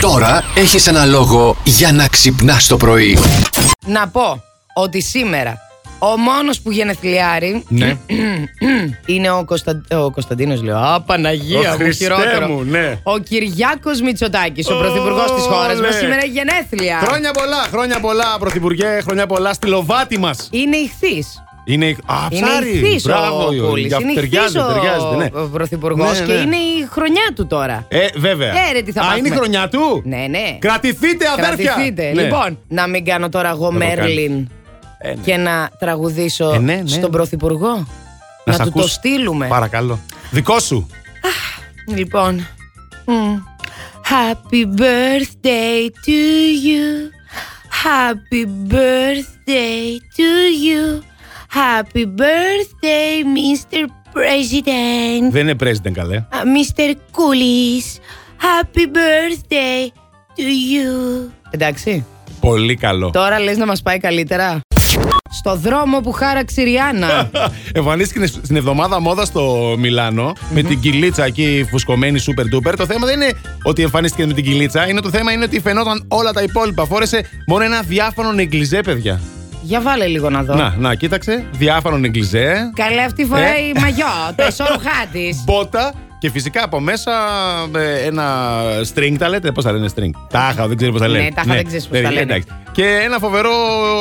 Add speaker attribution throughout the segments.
Speaker 1: Τώρα έχεις ένα λόγο για να ξυπνάς το πρωί.
Speaker 2: Να πω ότι σήμερα ο μόνος που γενεθλιάρει
Speaker 3: Ναι.
Speaker 2: είναι ο, Κωνσταν... ο Κωνσταντίνος λέω. Α, Παναγία
Speaker 3: Ω,
Speaker 2: μου,
Speaker 3: Χριστέ
Speaker 2: χειρότερο.
Speaker 3: μου, ναι.
Speaker 2: Ο Κυριάκος Μητσοτάκης, ο
Speaker 3: Ω,
Speaker 2: πρωθυπουργός της χώρας μας,
Speaker 3: ναι.
Speaker 2: σήμερα έχει γενέθλια.
Speaker 3: Χρόνια πολλά, χρόνια πολλά, Πρωθυπουργέ, χρόνια πολλά στη Λοβάτη μας.
Speaker 2: Είναι ηχθής.
Speaker 3: Είναι. η- Α,
Speaker 2: Είναι
Speaker 3: ψάρι.
Speaker 2: ηχθής ο
Speaker 3: Μπράβο,
Speaker 2: Κούλης.
Speaker 3: για-
Speaker 2: Είναι ηχθής
Speaker 3: Ταιριάζεται, ταιριάζεται, ναι.
Speaker 2: ο Πρωθυπουργός
Speaker 3: Ναι,
Speaker 2: και
Speaker 3: ναι.
Speaker 2: είναι η χρονιά του τώρα.
Speaker 3: Ε, βέβαια.
Speaker 2: Ε, ρε, τι θα
Speaker 3: Α,
Speaker 2: πάθουμε.
Speaker 3: είναι η χρονιά του.
Speaker 2: Ναι, ναι.
Speaker 3: Κρατηθείτε, αδέρφια.
Speaker 2: Κρατηθείτε.
Speaker 3: Ναι.
Speaker 2: Λοιπόν, να μην κάνω τώρα εγώ
Speaker 3: το κάνεις.
Speaker 2: Μέρλιν
Speaker 3: Ε, ναι.
Speaker 2: και να τραγουδήσω
Speaker 3: Ε, ναι, ναι.
Speaker 2: στον Πρωθυπουργό. Να,
Speaker 3: σ'
Speaker 2: του το
Speaker 3: ακούσω.
Speaker 2: στείλουμε.
Speaker 3: Παρακαλώ. Δικό σου.
Speaker 2: Λοιπόν. Μμ. Happy birthday to you. Happy birthday to you. Happy birthday, Mr. President.
Speaker 3: Δεν είναι president, καλέ.
Speaker 2: Uh, Mr. Κούλης. Happy birthday to you. Εντάξει.
Speaker 3: Πολύ καλό.
Speaker 2: Τώρα λες να μας πάει καλύτερα. Στο δρόμο που χάραξε η Ριάννα.
Speaker 3: Εμφανίστηκε στην εβδομάδα μόδας στο μιλανο με την κυλίτσα εκεί φουσκωμένη super duper. Το θέμα δεν είναι ότι εμφανίστηκε με την κυλίτσα, είναι το θέμα είναι ότι φαινόταν όλα τα υπόλοιπα. Φόρεσε μόνο ένα διάφανο νεγκλιζέ, παιδιά.
Speaker 2: Για βάλε λίγο να δω.
Speaker 3: Να, να, κοίταξε. Διάφανο νεγκλιζέ.
Speaker 2: Καλέ αυτή φορά
Speaker 3: Ε.
Speaker 2: η μαγιό, το εσώρουχά της.
Speaker 3: Μπότα και φυσικά από μέσα ε, ένα string, τα λέτε. Πώς τα λένε string. Τάχα, δεν ξέρω πώς τα λένε.
Speaker 2: Ναι, τάχα, δεν ξέρεις πώς τα λένε.
Speaker 3: εντάξει. Και ένα φοβερό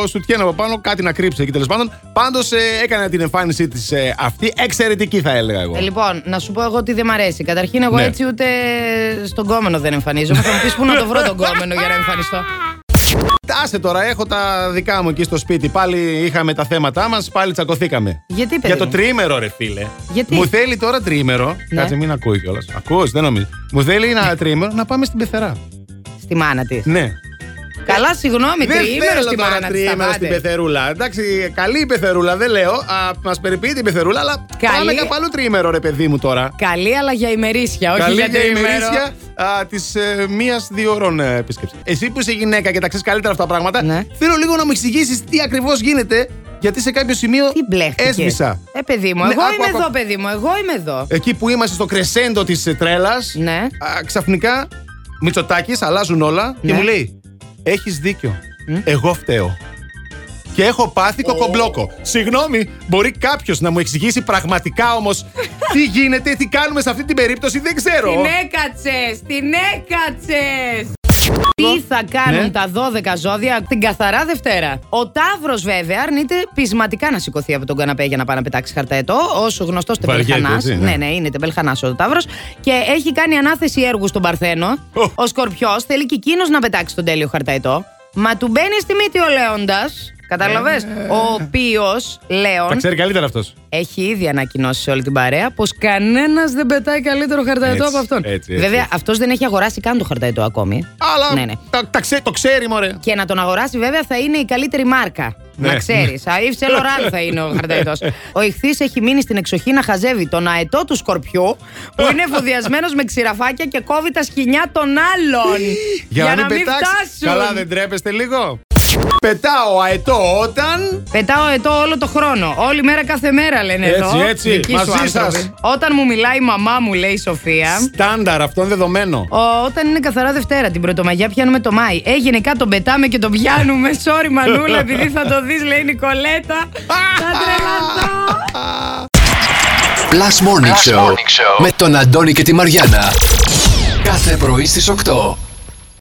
Speaker 3: σουτιέν από πάνω, κάτι να κρύψει εκεί τέλος πάντων. Πάντως έκανε την εμφάνισή της αυτή εξαιρετική, θα έλεγα εγώ.
Speaker 2: Ε, λοιπόν, να σου πω εγώ τι δεν μ' αρέσει. Καταρχήν, εγώ
Speaker 3: Ναι.
Speaker 2: έτσι ούτε στον κόμενο δεν εμφανίζομαι. Θα μου πεις πού να το βρω τον κόμενο για να εμφανιστώ.
Speaker 3: Άσε τώρα, έχω τα δικά μου εκεί στο σπίτι. Πάλι είχαμε τα θέματα μας, πάλι τσακωθήκαμε.
Speaker 2: Γιατί, παιδί
Speaker 3: Για το
Speaker 2: μου?
Speaker 3: τρίμερο, ρε φίλε.
Speaker 2: Γιατί?
Speaker 3: Μου θέλει τώρα τρίμερο.
Speaker 2: Ναι.
Speaker 3: Κάτσε, μην ακούει κιόλας. Ακούς, δεν νομίζω. Μου θέλει ένα τρίμερο να πάμε στην πεθερά.
Speaker 2: Στη μάνα της.
Speaker 3: Ναι.
Speaker 2: Καλά, συγγνώμη,
Speaker 3: δεν
Speaker 2: τριήμερο
Speaker 3: θέλω
Speaker 2: στη
Speaker 3: τώρα
Speaker 2: μάνα της.
Speaker 3: τριήμερο στην πεθερούλα. Εντάξει, καλή η πεθερούλα, δεν λέω. Μας περιποιεί την πεθερούλα, αλλά
Speaker 2: Καλή.
Speaker 3: πάμε κάπου άλλο τρίμερο, ρε παιδί μου τώρα.
Speaker 2: Καλή, αλλά για ημερήσια, όχι
Speaker 3: Καλή
Speaker 2: για
Speaker 3: για
Speaker 2: τριήμερο.
Speaker 3: ημερήσια της ε, μία-δύο ώρων ε, επίσκεψη. Εσύ που είσαι γυναίκα και τα ξέρεις καλύτερα αυτά τα πράγματα,
Speaker 2: Ναι.
Speaker 3: θέλω λίγο να μου εξηγήσεις τι ακριβώς γίνεται, γιατί σε κάποιο σημείο
Speaker 2: Τι μπλέχτηκες.
Speaker 3: έσβησα.
Speaker 2: Ε, παιδί μου,
Speaker 3: Ναι,
Speaker 2: εγώ
Speaker 3: άκου,
Speaker 2: είμαι
Speaker 3: άκου,
Speaker 2: εδώ,
Speaker 3: άκου.
Speaker 2: παιδί μου, εγώ είμαι εδώ.
Speaker 3: Εκεί που είμαστε στο κρεσέντο ε, τη τρέλας,
Speaker 2: Ναι.
Speaker 3: ξαφνικά Μητσοτάκης αλλάζουν όλα και
Speaker 2: Ναι.
Speaker 3: μου λέει: Έχεις δίκιο. Εγώ φταίω. Και έχω πάθει κοκομπλόκο. Συγγνώμη, μπορεί κάποιος να μου εξηγήσει πραγματικά όμως τι γίνεται, τι κάνουμε σε αυτή την περίπτωση, δεν ξέρω.
Speaker 2: Την έκατσες! Την έκατσες! Τι θα κάνουν
Speaker 3: Ναι.
Speaker 2: τα 12 ζώδια την καθαρά Δευτέρα. Ο Ταύρος, βέβαια, αρνείται πεισματικά να σηκωθεί από τον καναπέ για να πάει να πετάξει χαρταετό. Ως γνωστός
Speaker 3: Βαριέται,
Speaker 2: τεμπελχανά.
Speaker 3: έτσι, ναι.
Speaker 2: Ναι, ναι, είναι τεμπελχανά ο Ταύρος. Και έχει κάνει ανάθεση έργου στον Παρθένο.
Speaker 3: Ω.
Speaker 2: Ο Σκορπιός θέλει και εκείνος να πετάξει τον τέλειο χαρταετό. Μα του μπαίνει στη μύτη ο Λέοντας. Καταλαβέ. Ο οποίος
Speaker 3: Ε. Τα
Speaker 2: Λέων
Speaker 3: ξέρει καλύτερα αυτός.
Speaker 2: έχει ήδη ανακοινώσει σε όλη την παρέα πως κανένας δεν πετάει καλύτερο χαρταετό
Speaker 3: Έτσι,
Speaker 2: από αυτόν.
Speaker 3: έτσι, έτσι,
Speaker 2: βέβαια,
Speaker 3: έτσι.
Speaker 2: αυτός δεν έχει αγοράσει καν το χαρταετό ακόμη.
Speaker 3: Αλλά
Speaker 2: Ναι, ναι.
Speaker 3: Τα, τα ξέ- το ξέρει, μωρέ.
Speaker 2: Και να τον αγοράσει, βέβαια, θα είναι η καλύτερη μάρκα.
Speaker 3: Ναι.
Speaker 2: Να ξέρει. Αίφ Λοράν θα είναι ο χαρταετός. ο ηχθής έχει μείνει στην εξοχή να χαζεύει τον αετό του σκορπιού που είναι εφοδιασμένος με ξηραφάκια και κόβει τα σκοινιά των άλλων.
Speaker 3: πετάξεις.
Speaker 2: φτάσουν.
Speaker 3: Καλά, δεν τρέπεστε λίγο. Πετάω αετό όταν.
Speaker 2: Πετάω ετό όλο το χρόνο. Όλη μέρα, κάθε μέρα λένε
Speaker 3: Έτσι,
Speaker 2: εδώ.
Speaker 3: έτσι.
Speaker 2: Δικοί σου
Speaker 3: Μαζί σας.
Speaker 2: άνθρωποι. Όταν μου μιλάει η μαμά μου, λέει η Σοφία.
Speaker 3: Στάνταρ, αυτό είναι δεδομένο.
Speaker 2: Ο, όταν είναι καθαρά Δευτέρα, την Πρωτομαγιά πιάνουμε το Μάη. Ε, γενικά τον πετάμε και τον πιάνουμε. Sorry, Μανούλα, επειδή θα το δεις, λέει η Νικολέτα. θα τρελαθώ.
Speaker 1: Plus Morning, Show, με τον Αντώνη και τη Μαριάνα. Κάθε πρωί στις 8.